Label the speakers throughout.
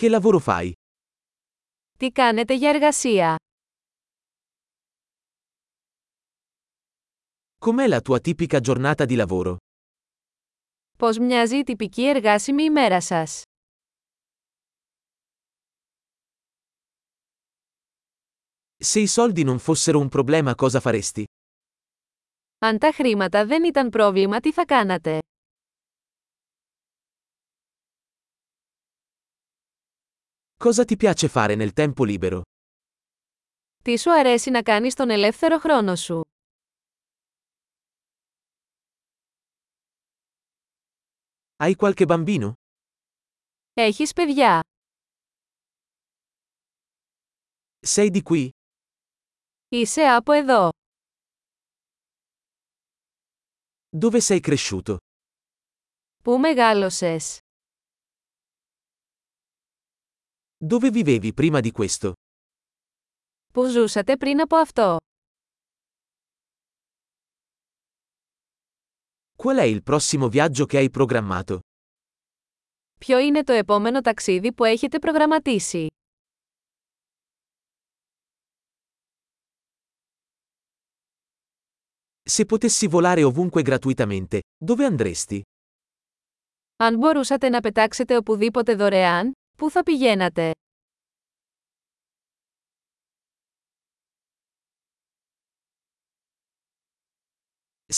Speaker 1: Che lavoro fai?
Speaker 2: Τι κάνετε για εργασία?
Speaker 1: Com'è la tua tipica giornata di lavoro?
Speaker 2: Πώς μοιάζει η τυπική εργάσιμη ημέρα σας?
Speaker 1: Se i soldi non fossero un problema cosa faresti?
Speaker 2: Αν τα χρήματα δεν ήταν πρόβλημα, τι θα κάνατε?
Speaker 1: Cosa ti piace fare nel tempo libero?
Speaker 2: Τι σου αρέσει να κάνεις τον ελεύθερο χρόνο σου?
Speaker 1: Hai qualche bambino?
Speaker 2: Έχεις παιδιά.
Speaker 1: Sei di qui?
Speaker 2: Είσαι από εδώ.
Speaker 1: Dove sei cresciuto?
Speaker 2: Πού μεγάλωσες?
Speaker 1: Dove vivevi prima di questo?
Speaker 2: Πού ζούσατε πριν από αυτό?
Speaker 1: Qual è il prossimo viaggio che hai programmato?
Speaker 2: Ποιο είναι το επόμενο ταξίδι που έχετε προγραμματίσει?
Speaker 1: Se potessi volare ovunque gratuitamente, dove andresti?
Speaker 2: Αν μπορούσατε να πετάξετε οπουδήποτε δωρεάν, πού θα πηγαίνατε?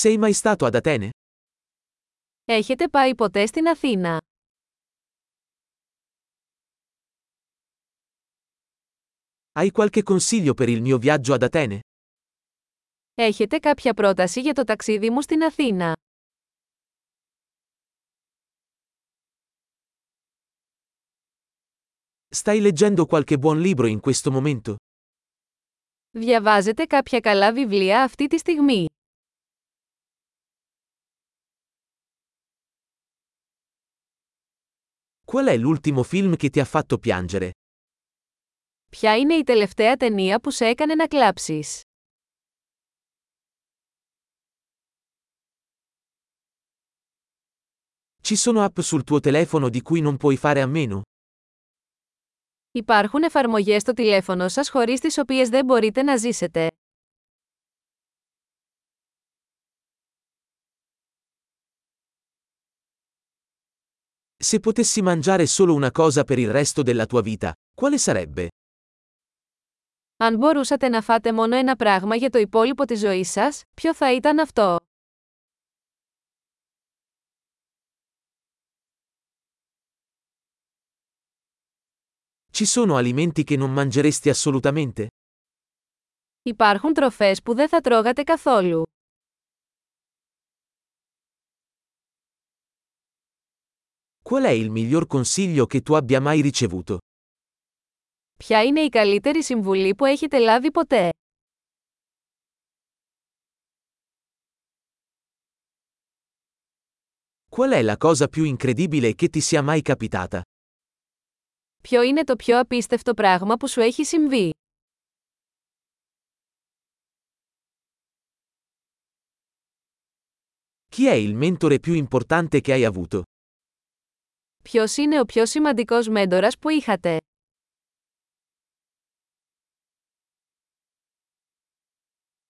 Speaker 1: Sei mai stato ad Atene?
Speaker 2: Έχετε πάει ποτέ στην Αθήνα?
Speaker 1: Hai qualche consiglio per il mio viaggio ad Atene?
Speaker 2: Έχετε κάποια πρόταση για το ταξίδι μου στην Αθήνα?
Speaker 1: Stai leggendo qualche buon libro in questo momento?
Speaker 2: Διαβάζετε κάποια καλά βιβλία αυτή τη στιγμή.
Speaker 1: Qual è l'ultimo film che ti ha fatto piangere?
Speaker 2: Ποια είναι η τελευταία ταινία που σε έκανε να κλάψεις?
Speaker 1: Ci sono app sul tuo telefono di cui non puoi fare a meno?
Speaker 2: Υπάρχουν εφαρμογές στο τηλέφωνο σας χωρίς τις οποίες δεν μπορείτε να ζήσετε.
Speaker 1: Se potessi mangiare solo una cosa per il resto della tua vita, quale sarebbe?
Speaker 2: Αν μπορούσατε να φάτε μόνο ένα πράγμα για το υπόλοιπο της ζωής σας, ποιο θα ήταν αυτό?
Speaker 1: Ci sono alimenti che non mangeresti assolutamente?
Speaker 2: Υπάρχουν τροφές που δεν θα τρώγατε καθόλου.
Speaker 1: Qual è il miglior consiglio che tu abbia mai ricevuto?
Speaker 2: Ποια είναι η καλύτερη συμβουλή που έχετε λάβει ποτέ?
Speaker 1: Qual è la cosa più incredibile che ti sia mai capitata?
Speaker 2: Ποιο είναι το πιο απίστευτο πράγμα που σου έχει συμβεί?
Speaker 1: Chi è il mentore più importante che hai avuto?
Speaker 2: Ποιος είναι ο πιο σημαντικός μέντορας που είχατε?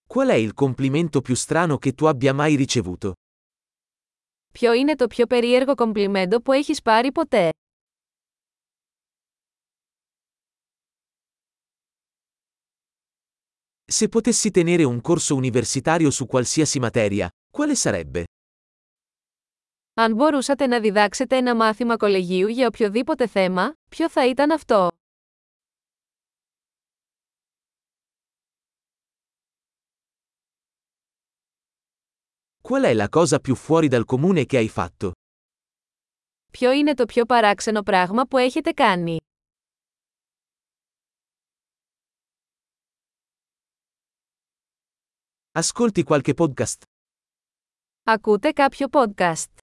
Speaker 1: Qual è il complimento più strano che tu abbia mai ricevuto?
Speaker 2: Ποιο είναι το πιο περίεργο κομπλιμέντο που έχεις πάρει ποτέ?
Speaker 1: Se potessi tenere un corso universitario su qualsiasi materia, quale sarebbe?
Speaker 2: Αν μπορούσατε να διδάξετε ένα μάθημα κολεγίου για οποιοδήποτε θέμα, ποιο θα ήταν αυτό?
Speaker 1: Qual è la cosa più fuori dal comune che hai fatto?
Speaker 2: Ποιο είναι το πιο παράξενο πράγμα που έχετε κάνει?
Speaker 1: Ascolti qualche podcast.
Speaker 2: Ακούτε κάποιο podcast.